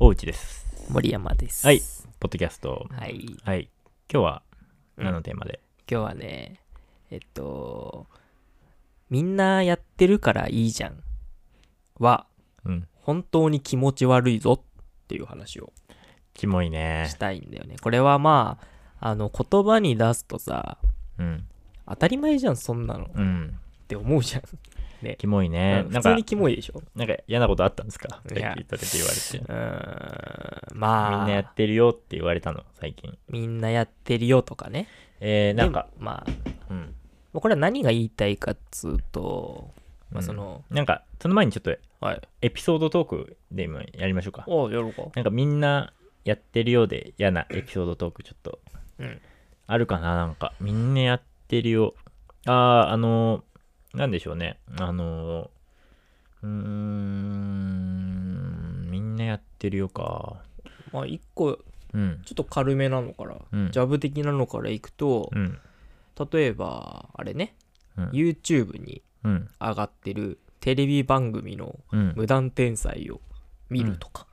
大内です。森山です。はい。ポッドキャスト。はい。今はい。今日はうん何のテーマで、日はね、えっと、みんなやってるからいいじゃん。は、うん、本当に気持ち悪いぞっていう話をキモいねし。たいんだよね。これはまあ、あの、言葉に出すとさ、うん。当たり前じゃん、そんなのっうん。て思うじゃん。キモいね。うんな普んか通に、キモいでしょ。なんか嫌なことあったんですかさっいきや言った時言われて。うーん、まあ、みんなやってるよって言われたの、最近。みんなやってるよとかね。えー、なんか、でまあ、うん。もうこれは何が言いたいかっつうと、まあ、その、なんか、その前にちょっとはい。エピソードトークでもやりましょうか。おう、やろうか。なんかみんなやってるようで嫌なエピソードトークちょっとうんあるかななんかみんなやってるよあああのーなんでしょうねあのーうーんみんなやってるよかまあ一個うんちょっと軽めなのから、うんジャブ的なのからいくとう、ん例えばあれね、うん YouTube にうん上がってるテレビ番組のうん無断転載を見るとか、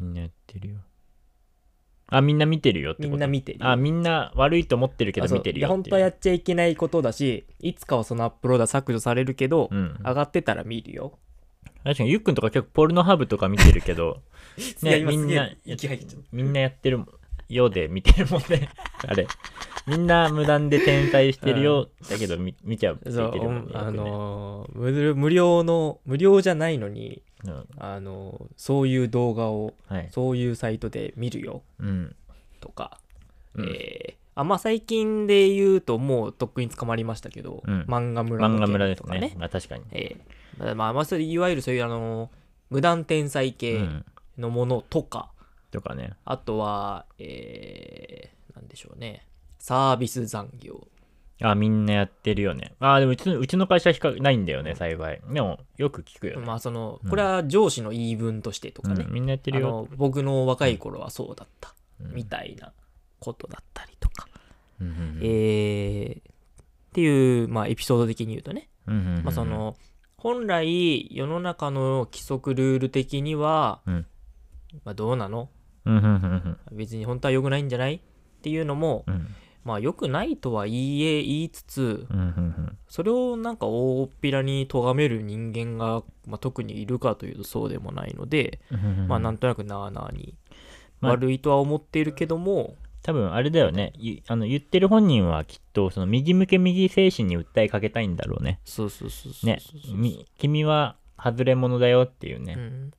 みんなやってるよあみんな見てるよってことみんな見てるあみんな悪いと思ってるけあどそう見てるいやよっ本て当はやっちゃいけないことだしいつかはそのアップロードは削除されるけど、うん上がってたら見るよ、確かにゆっくんとか結構ポルノハブとか見てるけどいや今みんなすげえ息入っちゃったみんなやってるもんようで見てるもんね あれみんな無断で転載してるよだけど見見ちゃうってそ言っうてるもんねあよのー無無料の無料じゃないのにくねあのーそういう動画をうんはいそういうサイトで見るようんとかうんえーあまあ最近で言うともうとっくに捕まりましたけど、うん漫画村漫の画村で件すとかねねまあ確かにえーまあまあまあそれいわゆるそういうあのー無断転載う系んのものとか、とかねあとはえー、なんでしょうねサービス残業あみんなやってるよねあでもうちのうちの会社は比較ないんだよね幸いでもよく聞くよねまあそのうんこれは上司の言い分としてとかね、うんみんなやってあるよの僕の若い頃はそうだったうんみたいなことだったりとか、うんうんえー、っていう、まあ、エピソード的に言うとねうんうんうんまあ、その本来世の中の規則ルール的には、うんまあ、どうなのうんうんうん別に本当は良くないんじゃないっていうのも、うんまあ良くないとは言いえ言いつつうんうんうんそれをなんか大っぴらに咎める人間が、まあ、特にいるかというとそうでもないので、うんうんまあなんとなくなあなあにまあ悪いとは思っているけども、多分あれだよねゆあの言ってる本人はきっとその右向け右精神に訴えかけたいんだろうねそうそうそうそうねそうそうみ君は外れ者だよっていうね、うん、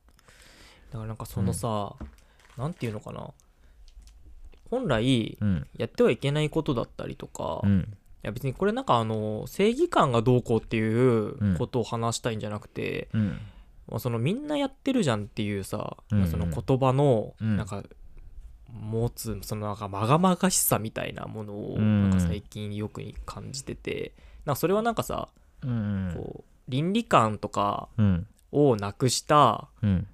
だからなんかそのさ、なんていうのかな本来うんやってはいけないことだったりとか、ういんや別にこれなんかあの正義感がどうこうっていんうことを話したいんじゃなくて、うんまあ、そのみんなやってるじゃんっていうさ、うんうんその言葉のうんなんか持つそのなんかまがまがしさみたいなものをうんなんか最近よく感じててなんかそれはなんかさうんこう倫理観とかうんをなくしたうん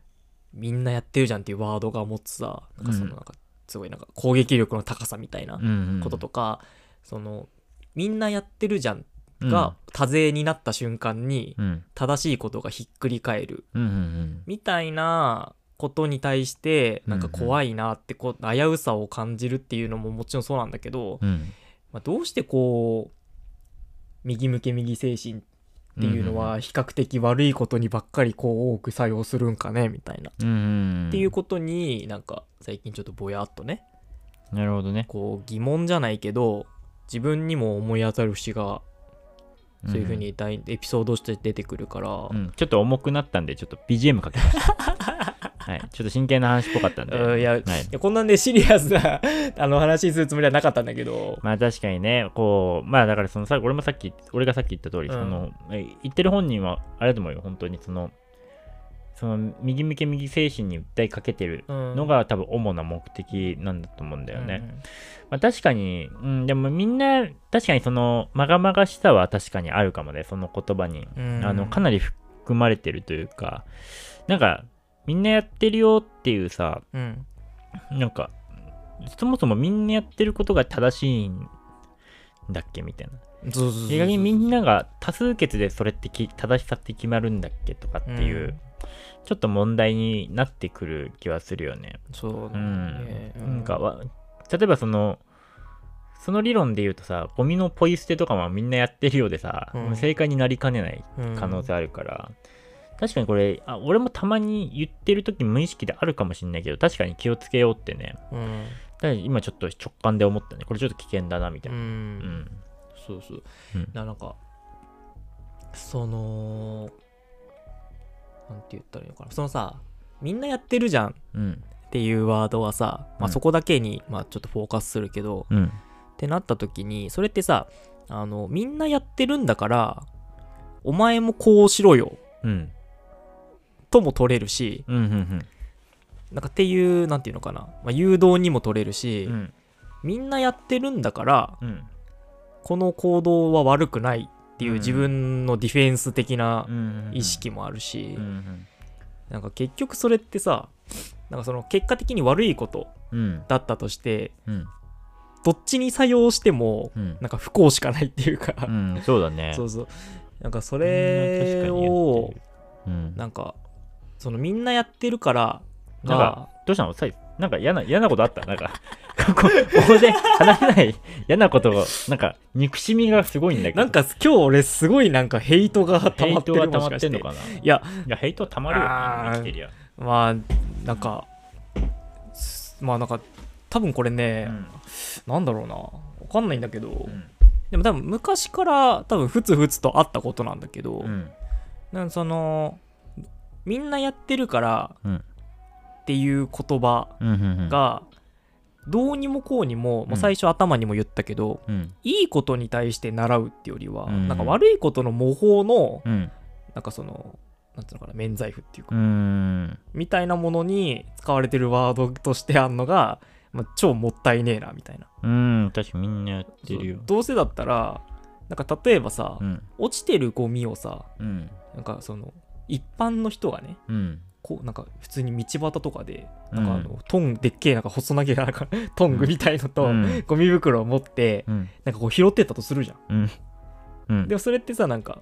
みんなやってるじゃんっていうワードが持つさなんかそのうんなんかすごいなんか攻撃力の高さみたいなうんこととか、そのみんなやってるじゃんうんが多勢になった瞬間にうん正しいことがひっくり返るうんうんみたいなことに対してなんかうんうん怖いなってこう危うさを感じるっていうのももちろんそうなんだけど、うんうんまあ、どうしてこう右向け右精神っていうのは比較的悪いことにばっかりこう多く作用するんかねみたいな。うんうんっていうことになんか最近ちょっとぼやっとねなるほどねこう疑問じゃないけど自分にも思い当たる節がそういうふうに大エピソードとして出てくるから、うん、うんちょっと重くなったんでちょっと BGM かけました はいちょっと真剣な話っぽかったんでうんいや,、はいい、やこんなんでシリアスな あの話するつもりはなかったんだけど、まあ確かにね、こう、まあだからそのさ、俺もさっき、俺がさっき言った通り、うんその、え言ってる本人は、あれだと思うよ、本当にその、その右向け右精神に訴えかけてるうんのが多分主な目的なんだと思うんだよね。うんまあ確かに、うん、でもみんな、確かにその、まがまがしさは確かにあるかもね、その言葉に。うんあの、かなり含まれてるというか、なんか、みんなやってるよっていうさ、うんなんか、そもそもみんなやってることが正しいんだっけみたいな。そうそうそうそう逆にみんなが多数決でそれってき正しさって決まるんだっけとかっていうちょっと問題になってくる気はするよね。そううだん。ねなんかわ、例えばその、その理論で言うとさ、ゴミのポイ捨てとかはみんなやってるようでさ、うん正解になりかねないうん可能性あるから、確かにこれあ、俺もたまに言ってる時無意識であるかもしんないけど、確かに気をつけようってね、うんだから今ちょっと直感で思ったね、これちょっと危険だなみたういな。うんん。そうそううんななんかそのなんて言ったらいいのかなそのさみんなやってるじゃんうん。っていうワードはさ、うまあ、んそこだけに、まあ、ちょっとフォーカスするけど、うん。ってなった時にそれってさあのみんなやってるんだからお前もこうしろようん。とも取れるしうん。うん。なんかっていうなんていうのかな、まあ、誘導にも取れるうし、ん。みんなやってるんだからうん。この行動は悪くないっていううん自分のディフェンス的なうん。意識もあるし、うん。なんか結局それってさなんかその結果的に悪いことうん。だったとしてうん。どっちに作用してもうん。なんか不幸しかないっていうか、うん。そうだね。そうそうなんかそみんな確かれに言っをてるうん。なんかそのみんなやってるからななんんかか、どうしたのさいなんか嫌な、嫌なことあったなんか、 ここ、ここで話せない嫌なことが、なんか、憎しみがすごいんだけど。なん、か今日俺すごいなんかヘイトが溜ヘまイってトるがも溜しまかってしんてのかないいやや、ヘイトは溜まるよあな、ー生きてりゃ。まあなんかすまあなんか多分これうね、ん。なんだろうなわかんないんだけど、うんでも多分昔から多分ふつふつとあったことなんだけど、うん。なんかそのみんなやってるからうん。っていう言葉うん。うん。がどうにもこうにも、うまんあ、最初頭にも言ったけど、うん。いいことに対して習うってよりは、うんなんか悪いことの模倣の、うん。なんかそのなんていうのかな免罪符っていうか、うん。みたいなものに使われてるワードとしてあんのが、まあ、超もったいねえなみたいなうん。確かにみんなやってるよそう。どうせだったらなんか例えばさ、うん。落ちてるゴミをさうん。なんかその一般の人がねうん。こうなんか普通に道端とかでうなんかあの、んトンでっけえなんか細長いなんかトングみたいのと、うんゴミ袋を持ってうん。なんかこう拾ってったとするじゃんうん。うん。も、でもそれってさなんか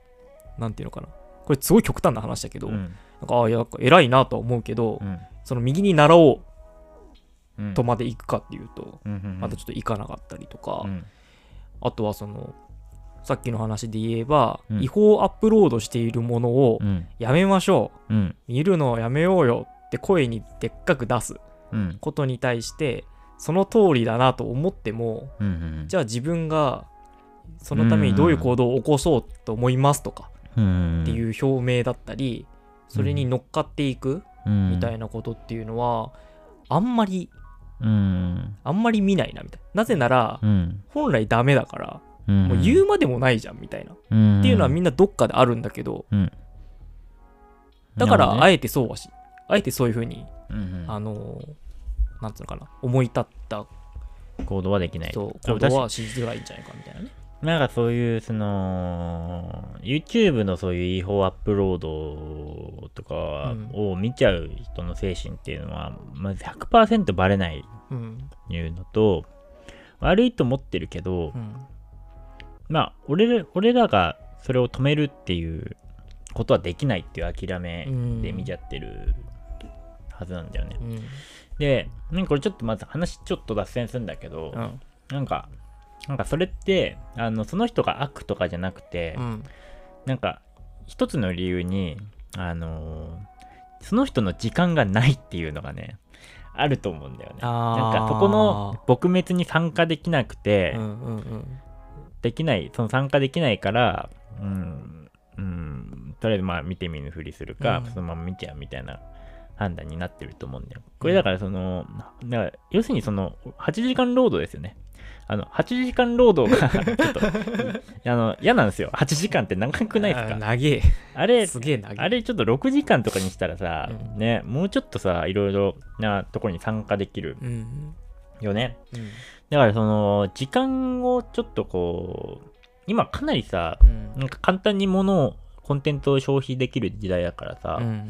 なんていうのかなこれすごい極端な話だけど、うん。なんかああいやなんか偉いなとは思うけど、うんその右に習おうんうとまで行くかっていうと、うんうんうんまたちょっと行かなかったりとか、うんあとはそのさっきの話で言えば、うん違法アップロードしているものをうんやめましょう、うん見るのをやめようよって声にでっかく出すうんことに対してその通りだなと思ってもうんうんじゃあ自分がそのためにどういう行動を起こそうと思いますとかうんっていう表明だったりそれに乗っかっていくうんみたいなことっていうのはあんまりうんあんまり見ないなみたいななぜならうん本来ダメだからんもう言うまでもないじゃんみたいなっうんていうのはみんなどっかであるんだけどうんなだかるほらどねあえてそうはしあえてそういうふうにうんあのーなんつうのかな思い立ったうん行動はできないそうでも行動確かはしづらいんじゃないかみたいなねになんかそういうその YouTube のそういう違法アップロードとかを見ちゃう人の精神っていうのはまず100%バレないうんいうのと悪いと思ってるけどうんまあ俺ら俺らがそれを止めるっていうことはできないっていう諦めうんで見ちゃってるはずなんだよね。うんで、なんかこれちょっとまず話ちょっと脱線するんだけど、うんなんか、なんかそれって、あの、その人が悪とかじゃなくて、うんなんか、一つの理由に、あのーその人の時間がないっていうのがね、あると思うんだよね。なんかそこの撲滅に参加できなくて、うんうんうんできないその参加できないからうん、うん、とりあえずまあ見て見ぬふりするか、うんそのまま見ちゃうみたいな判断になってると思うんだよこれだからその、だから要するにその8時間労働ですよねあの8時間労働 がちょっとあの嫌なんですよ8時間って長くないですあーか長えあれすげえ長えあれちょっと6時間とかにしたらさ、うんねもうちょっとさいろいろなところに参加できるうんよねうんだからその時間をちょっとこう今かなりさうんなんか簡単に物をコンテンツを消費できる時代だからさ、うん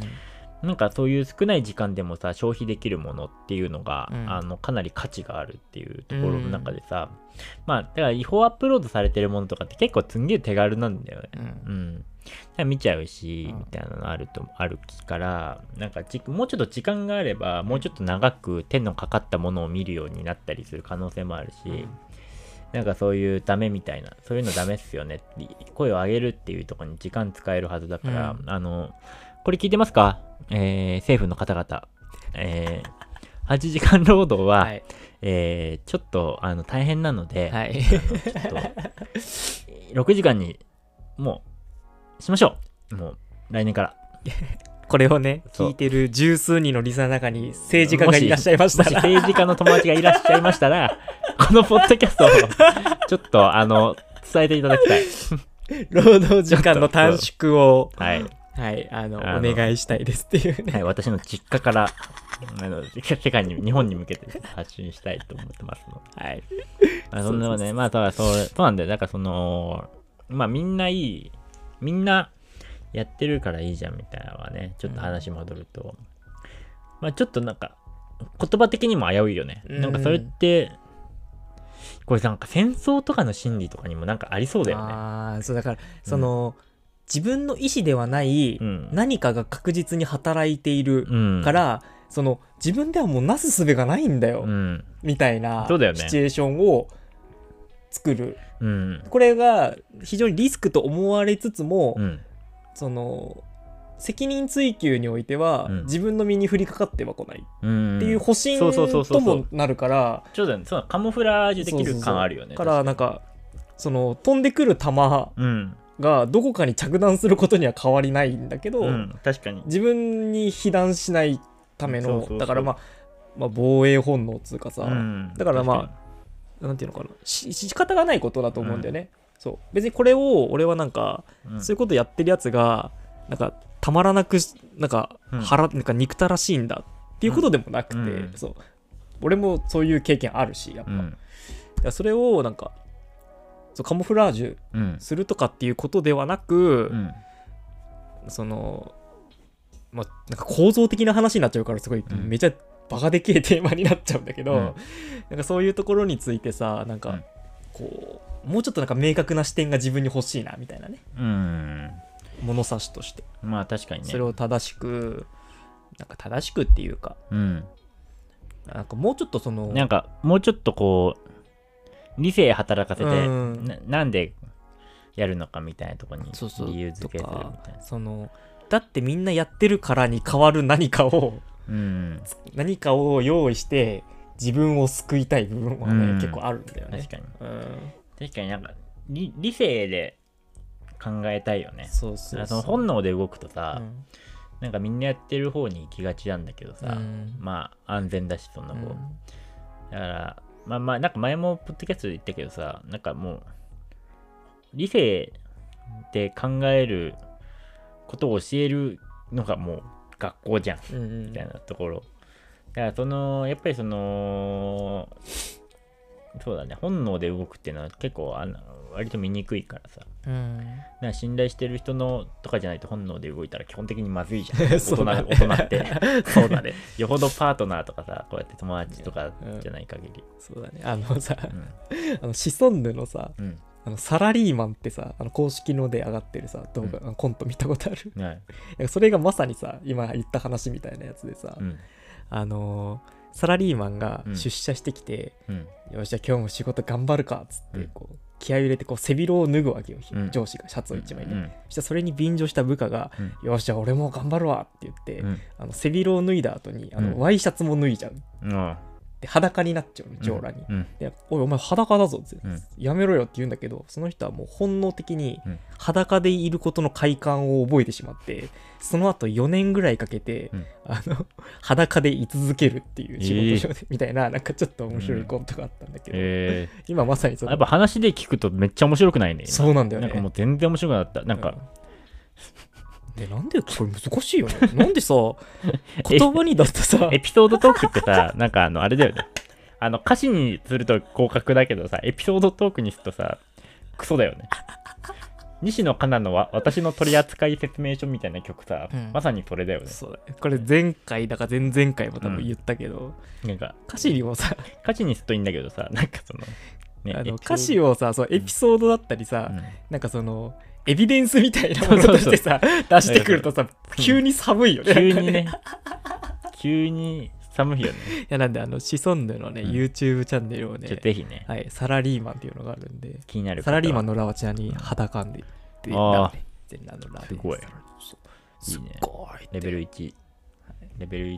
なんかそういう少ない時間でもさ消費できるものっていうのが、うんあのかなり価値があるっていうところの中でさ、まあだから違法アップロードされてるものとかって結構すんげえ手軽なんだよね。うんうん、だから見ちゃうし、うんみたいなのあるとあるからなんかじもうちょっと時間があればもうちょっと長く手のかかったものを見るようになったりする可能性もあるし、なんかそういうダメみたいなそういうのダメっすよねって声を上げるっていうところに時間使えるはずだから、うあのこれ聞いてますか、えー政府の方々、えー8時間労働は、はいえーちょっとあの大変なので、 はいちょっと6時間にもうしましょうもう来年からこれをねそう聞いてる十数人のリスナーの中に政治家がいらっしゃいましもたしら政治家の友達がいらっしゃいましたらこのポッドキャストをちょっとあの伝えていただきたい 労働時間の短縮をはい、はいあのあおの願いしたいですっていう はねい、私の実家から あの世界に日本に向けて発信したいと思ってますので はいまあ、そんなのそうそうそね、うまあ、ただそう、そうなんだよ。だから、その、まあ、みんないい、みんなやってるからいいじゃんみたいなのはね、ちょっと話戻ると、まあ、ちょっとなんか、言葉的にも危ういよね。うんなんか、それって、これなんか戦争とかの心理とかにもなんかありそうだよね。ああそうだからその自分の意思ではないうん。何かが確実に働いているうん。か、らその自分ではもうなすすべがないんだようん。みたいなそうだよねシチュエーションを作るうん。これが非常にリスクと思われつつもうん。その責任追及においてはうん自分の身に降りかかってはこないうん。っていう保身そうそうそうそうともなるからちょうどね、そのカモフラージュできる感あるよね。そうそうそうからなんかその飛んでくる球が確かにうん。どこかに着弾することには変わりないんだけど、うん。確かに。自分に被弾しないためのそうそうそうだからまあまあ防衛本能っつうかさ、うんだからまあ確になんていうのかなし仕方がないことだと思うんだよね、そう別にこれを俺はなんか、うんそういうことやってるやつがなんかたまらなくしなんかうん腹、なんか憎たらしいんだっていうことでもなくて、うんそう俺もそういう経験あるしやっぱ、うだかんらそれをなんかそうカモフラージュうんするとかっていうことではなうく、んそのまあなんか構造的な話になっちゃうからすごい、うんめちゃバカでけえテーマになっちゃうんだけど、うんなんかそういうところについてさなんか、うんこうもうちょっとなんか明確な視点が自分に欲しいなみたいなねうん物差しとして、まあ確かにねそれを正しくなんか正しくっていうかうん、なんかもうちょっとそのなんかもうちょっとこう理性働かせて、うんななんでやるのかみたいなとこにそうそう理由付けするみたいなそのだってみんなやってるからに変わる何かを うん何かを用意して自分を救いたい部分はね、うん結構あるんだよね確。かにうん確かになんか理理性で考えたいよねそうそうその本能で動くとさ、うんなんかみんなやってる方に行きがちなんだけどさ、うんまあ安全だしそんなう方、んだから、まあまあ、なんか前もポッドキャストで言ったけどさ、なんかもう、理性で考えることを教えるのがもう学校じゃん、うんみたいなところ。だから、その、やっぱりその、そうだね、本能で動くっていうのは結構、あの割と見にくいからさ、うんなんか信頼してる人のとかじゃないと本能で動いたら基本的にまずいじゃん、大 そう人だね大人って。 そうだね。よほどパートナーとかさ、こうやって友達とかじゃない限り。そうだねあのさ うんあのシソンヌのさうん。あのサラリーマンってさあの公式ので上がってるさ動画、あのコント見たことあるはい。なんかそれがまさにさ今言った話みたいなやつでさ、うん。あのーサラリーマンがうん出社してきて、うん。よしじゃあ今日も仕事頑張るかっつっうてんこう、気合い入れてこう背広を脱ぐわけよ、うん上司がシャツを一枚で、うんそしたらそれに便乗した部下が、よしじゃあ俺も頑張るわって言って、うん。あの背広を脱いだ後にあうのんワイシャツも脱いじゃううん。で裸になっちゃうの上裸に、うん。でおいお前裸だぞって、うんやめろよって言うんだけどその人はもう本能的にうん裸でいることの快感を覚えてしまってその後4年ぐらいかけて、うんあの裸で居続けるっていう仕事上で、みたいななんかちょっと面白いコントがあったんだけど、え今まさにそー、のやっぱ話で聞くとめっちゃ面白くないね。今そうなんだよねなんかもう全然面白くなかった。なんか、うんでなんでこれ難しいよねなんでさ 言葉にだって さエピソードトークってさ、なんかあの、あれだよね。あの、歌詞にすると広角だけどさ、エピソードトークにするとさ、クソだよね。西野カナのわ私の取扱説明書みたいな曲さ、うんまさにそれだよね。そうだこれ前回だか前々回も多分言ったけど、なんか、歌詞にもさ、歌詞にするといいんだけどさ、なんかその、エピソあのード歌詞をさそうエピソードだったりさ、 うんなんかそのエビデンスみたいな ものとしてさ出してくるとさうん急に寒いよね急なんにかね、急に寒いよね。 いやなんであのシソンヌのね、うん YouTube チャンネルをねちょっとぜひね、はい、サラリーマンっていうのがあるんで気になるサラリーマンの。のラはちなみに裸んでであーラーメン全裸のラーメンすごいそうすっいいねごいってレベル1。レベル1。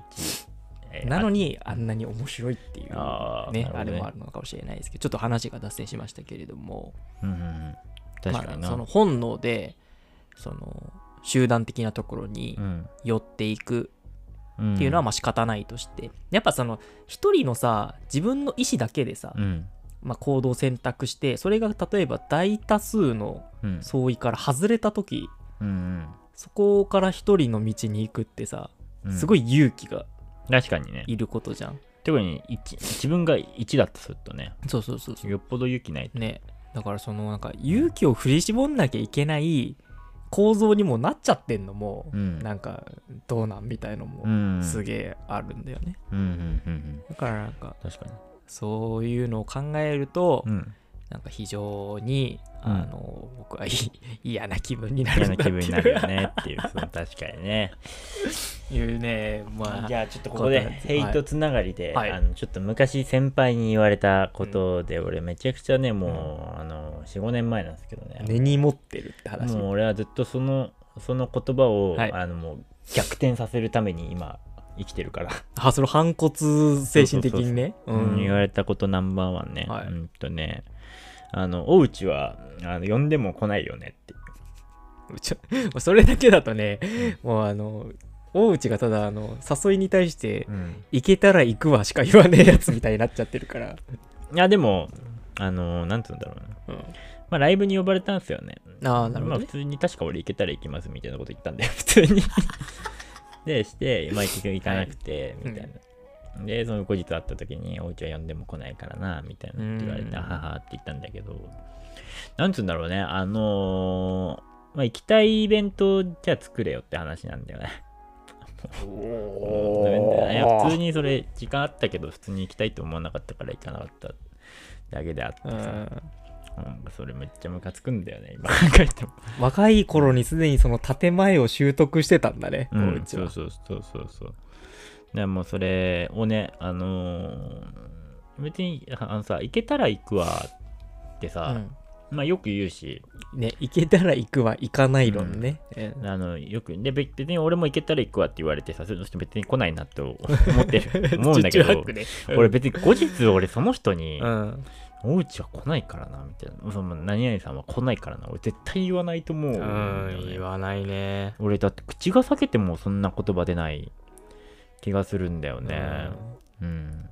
えーなのにあんなに面白いっていうねああーなるほどねれもあるのかもしれないですけどちょっと話が脱線しましたけれどもあうんうんうん。確かにまな。あ、その本能でその集団的なところにうん寄っていくうんっていうのはまあ仕方ないとして、やっぱその一人のさ自分の意思だけでさ、うん。まあ、行動を選択してそれが例えば大多数のうん。相違から外れた時うんそこから一人の道に行くってさうん。すごい。い勇気が確かにね。いることじゃん、特に一自分が1だとするとね、そうそうそうそよっぽど勇気ないとうねだからそのなんか勇気を振り絞んなきゃいけない構造にもなっちゃってんのも、うんなんかどうなんみたいのもうんすげえあるんだよね、うんうんうんうんだからなんか確かにそういうのを考えると、うんなんか非常に、うんあの僕はい 嫌な気分になる嫌な気分になるよっねって いうその確かにねて いうねまあじゃあちょっとここではいヘイトつながりで、はいあのちょっと昔先輩に言われたことで、俺めちゃくちゃねもう、あの45年前なんですけどね根に持ってるって話もう俺はずっとそのその言葉を、はいあのもう逆転させるために今生きてるから、あその反骨精神的にねううんん言われたことナンバーワンね、はいうんとねあのおうちはあの呼んでも来ないよねってちょもうそれだけだとねもうあの大内がただあの誘いに対してうん「行けたら行くわ」しか言わねえやつみたいになっちゃってるから、いやでもあのなんて言うんだろうなうん、まあライブに呼ばれたんですよねああなるほまあど、普通ねに確か俺行けたら行きますみたいなこと言ったんだよ普 通にでしてまあ結局行かなくてはみいたいな、でその後日会った時に「おうちは呼んでも来ないからな」みたいなって言われうんて「はは」って言ったんだけどなんつうんだろうねあのーまあ行きたいイベントじゃあ作れよって話なんだよね いや普通にそれ時間あったけど普通に行きたいと思わなかったから行かなかっただけであってうさ、んなんかそれめっちゃムカつくんだよね今考えても若い頃にすでにその建前を習得してたんだね、う大ん、内そはうそうそうそうそう。でもうそれをね、あのー別にああのさ、行けたら行くわってうさ、んまあよく言うし、ね、行けたら行くは行かない論ね。うんあのよくで別別に俺も行けたら行くわって言われてさ、その人別に来ないなって思って る思うんだけチュチュハどック、ね俺別に後日俺その人にう、ん、おうちは来ないからなみたいな、その何々さんは来ないからな、俺絶対言わないと思う。うん、言わないね。俺だって口が裂けてもそんな言葉出ない気がするんだよね。うん。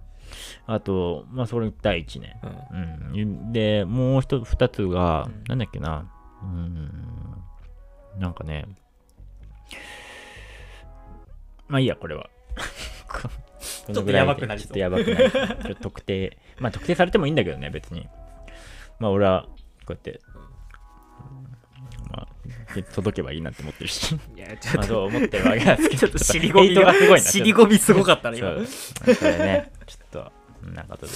あと、まあ、それ第一ね。うん、うん。で、もう一つ、二つが、うんなんだっけな。うん。なんかね。まあいいや、これは。ここのぐらいで ちょっとやばくなりちょっそうとやばくなりそうちょっと特定、まあ特定されてもいいんだけどね、別に。まあ俺は、こうやって、うんまあ、で届けばいいなって思ってるし。いや、 ちょまあっと、そう思ってるわけなんですけど、ちょっと尻込みヘイトががすごいな。尻込みすごかったね、今。はそう これね、ちょっと、そんなことでい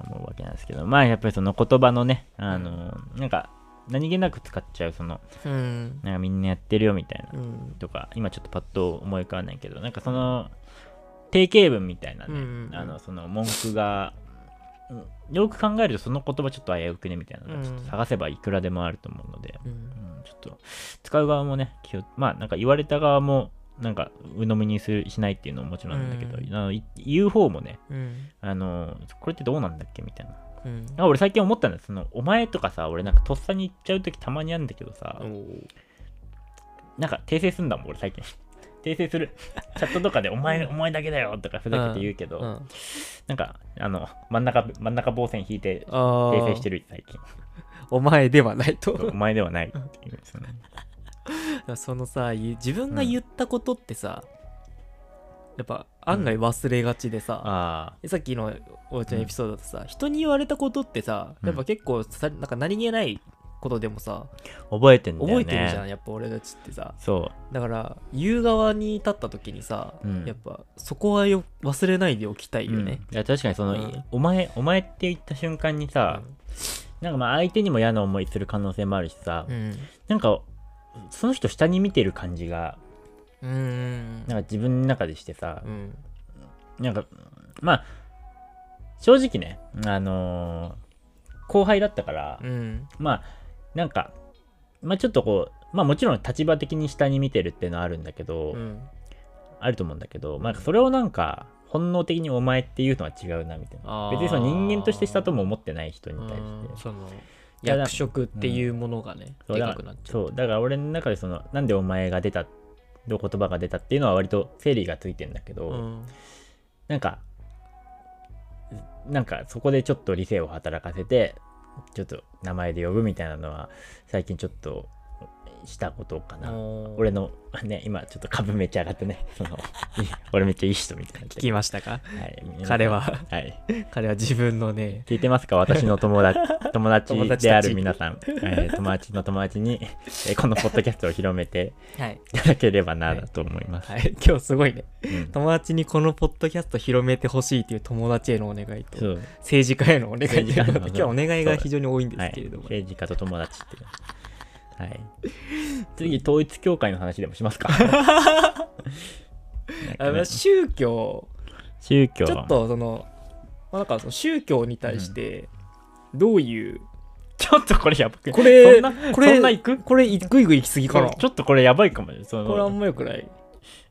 思うわけなんですけど、まあやっぱりその言葉のね、あの、なんか、何気なく使っちゃう、その、うん、なんかみんなやってるよみたいなう、ん、とか、今ちょっとパッと思い浮かばないけど、なんかその、定型文みたいなうんねう、んあの、その文句が、うんよく考えるとその言葉ちょっと危うくねみたいなのがちょっと探せばいくらでもあると思うので、うんうんちょっと使う側もね気をまあなんか言われた側もなんか鵜呑みにするしないっていうのももちろんなんだけど、うんあのい言う方もねうん、あのこれってどうなんだっけみたいなうん。あ俺最近思ったんだよそのお前とかさ俺なんかとっさに言っちゃう時たまにあるんだけどさ、なんか訂正すんだもん俺最近 訂正するチャットとかで「お前お前だけだよ」とかふざけて言うけど、うんなんかあの真ん中真ん中棒線引いてあ訂正してーる最近お前ではないそうおと前ではないっていうその そのさゆ自分が言ったことってさ、やっぱ案外忘れがちで さ、あさっきのおうちのエピソードだとさ、人に言われたことってさやっぱ結構さなんか何気ないことでもさ覚えてんだよね覚えてるじゃんやっぱ俺たちってさそだから言う側に立った時にさ、うんやっぱそこはよ忘れないでおきたういよね、うんいや確かにその、うんお前お前って言った瞬間にさ、なんかまあ相手にも嫌な思いする可能性もあるしさ、うんなんかその人下に見てる感じがうんうんなんか自分の中でしてさう、んなんかまあ正直ねあのー後輩だったから、うんまあなんかまあちょっとこうまあもちろん立場的に下に見てるっていうのはあるんだけど、うんあると思うんだけど、まあ、それをなんか本能的にお前っていうのは違うなみたいあな別ーにその人間として下とも思ってない人に対してそのいやだ役職っていうものがね、そうでだからくなっちゃうそうだから俺の中でそのなんでお前が出たどう言葉が出たっていうのは割と整理がついてんだけど、うんなんかなんかそこでちょっと理性を働かせてちょっと名前で呼ぶみたいなのは最近ちょっとしたことかなおー俺のね今ちょっと株めっちゃ上がってねその 俺めっちゃいい人みたいな聞きましたかはい、彼ははい、彼は自分のね聞いてますか私の友 達友友達達であたちる皆さん、えー友達の友達に、えーこのポッドキャストを広めてはい、いただければなと思います。はい、今日すごいねうん友達にこのポッドキャスト広めてほしいという友達へのお願いとそう政治家へのお願いということで政治家への今日はお願いが非常に多いんですけれども、はい、政治家と友達っていう。 はい、次、統一教会の話でもします か。なんあかねの宗教宗教ちょっとその、まあ、なんかその宗教に対してどういう、ちょっとこれやばくこれそんなこれそんな行くこれぐいぐい行き過ぎかなちょっとこれやばいかもねそこれあのんまよくない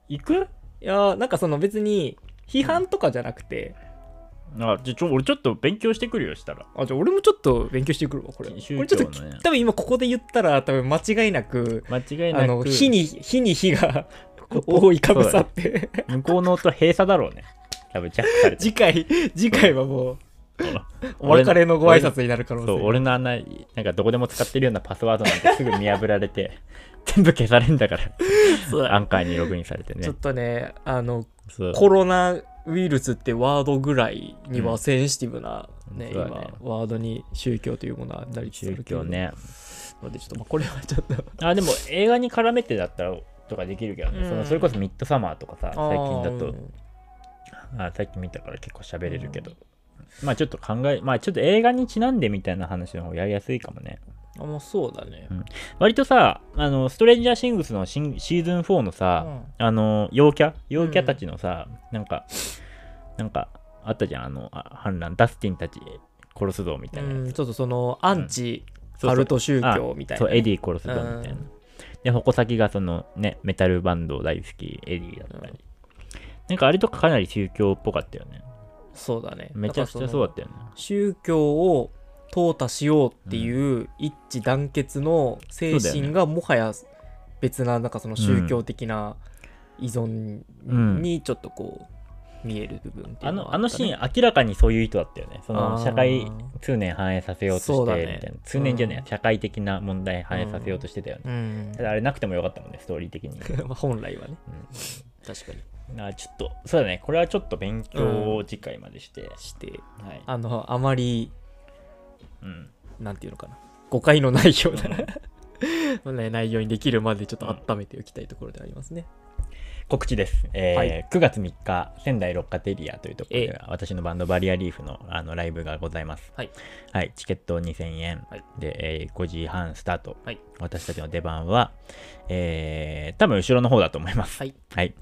行くいやーなんかその別に批判とかじゃなくて、あじゃあちょ俺ちょっと勉強してくるよしたら。あじゃあ俺もちょっと勉強してくるわこれこ宗教のれちょっとね多分今ここで言ったら多分間違いなく間違いなくあの火に火に火が 覆いかぶさって、向こうの音閉鎖だろうね。多 分ジャックされて次回次回はもうるお別れのご挨拶になる可能性そう、俺のあんな、なんかどこでも使ってるようなパスワードなんてすぐ見破られて、 全部消されんだから、そうアンカーにログインされてちょねっ。とねあのそうコロナウイルスってワードぐらいにはセンシティブな、ねそうだ今ねワードに宗教というものはなりつつあ宗るけど教ね。のでちょっとまあこれはちょっとあ、でも映画に絡めてだったら、とかできるけどね、うんそのそれこそミッドサマーとかさ、最近だあとーう、んあ最近見たから結構喋れるけど、まあちょっと考え、まあちょっと映画にちなんでみたいな話の方やりやすいかもね。あもうそうだね、割とさ、あの、ストレンジャーシングスのシンシーズン4のさ、あの陽キャ陽キャたちのさ、なんかなんかあったじゃんあのあ反乱ダスティンたち殺すぞみたういなやん、つちょっとそのアンチそうそうカルト宗教みたいなそうね、エディ殺すぞみたいな、うんで矛先がそのねメタルバンド大好きエディだったり、なんかあれとかかなり宗教っぽかったよねそうだねめちゃくちゃだからそのうだったよね宗教を淘汰しようっていう一致団結の精そうだよね神がもはや別ななんかその宗教的な依存にちょっとこう見える部分っていあうののあのシンーン明らかにそういう人だったよねそのあー社会通念反映させようとしてみそうただいな、ね通念じゃねえや、うん社会的な問題反映させようとしてたよね、うんただあれなくてもよかったもんねストーリー的 にまあ本来はね、うん確かにあちょっとそうだねこれはちょっと勉強を次回までして、してはい、あのあまりうん、なんていうのかな誤解のないよう なね内容にできるまでちょっと温めておきたいところではありますね、告知です、えーはい9月3日仙台ロッカテリアというところで私のバンドバリアリーフのあのライブがございます、はいはい、チケット2000円、はいで、えー5時半スタート、はい私たちの出番は、えー多分後ろの方だと思いますはいはい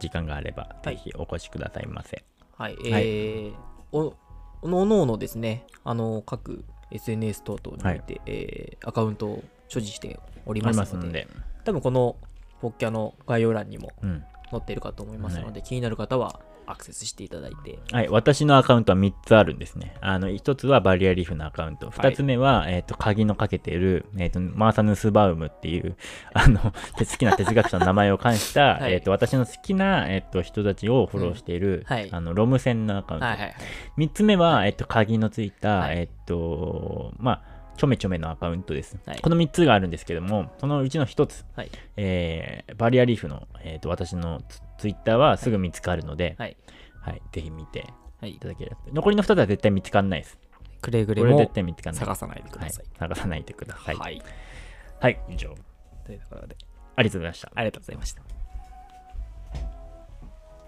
時間があればはぜいひお越しくださいませ、はい、えはいーおおのおのおのですね、あの各 SNS 等々において、えーアカウントを所持しておりあまりすまのすで、ので、多分このポッキャの概要欄にもうん載っているかと思いますので、気になる方はアクセスしていただいて、はい、私のアカウントは3つあるんですね。あの1つはバリアリーフのアカウント、はい2つ目は、えー、と鍵のかけている、えー、とマーサ・ヌスバウムっていう あのて好きな哲学者の名前を冠した、 はいえー、と私の好きな、えー、と人たちをフォローしている、うんはいあのロム線のアカウント、はいはいはい、 3つ目は、えっと、鍵のついた、はいえっと、まあ、ちょめちょめのアカウントです。はいこの3つがあるんですけども、そのうちの1つ、はいえーバリアリーフの、えっと私のツツイッターはすぐ見つかるので、はいはいぜひ見てはいいただければ。残りの2つは絶対見つかんないです。くれぐれこれも絶対見てかない。探さないでくはだいさい。探さないでください。はい。はい、以上。というところで、ありがとうございました。ありがとうございました。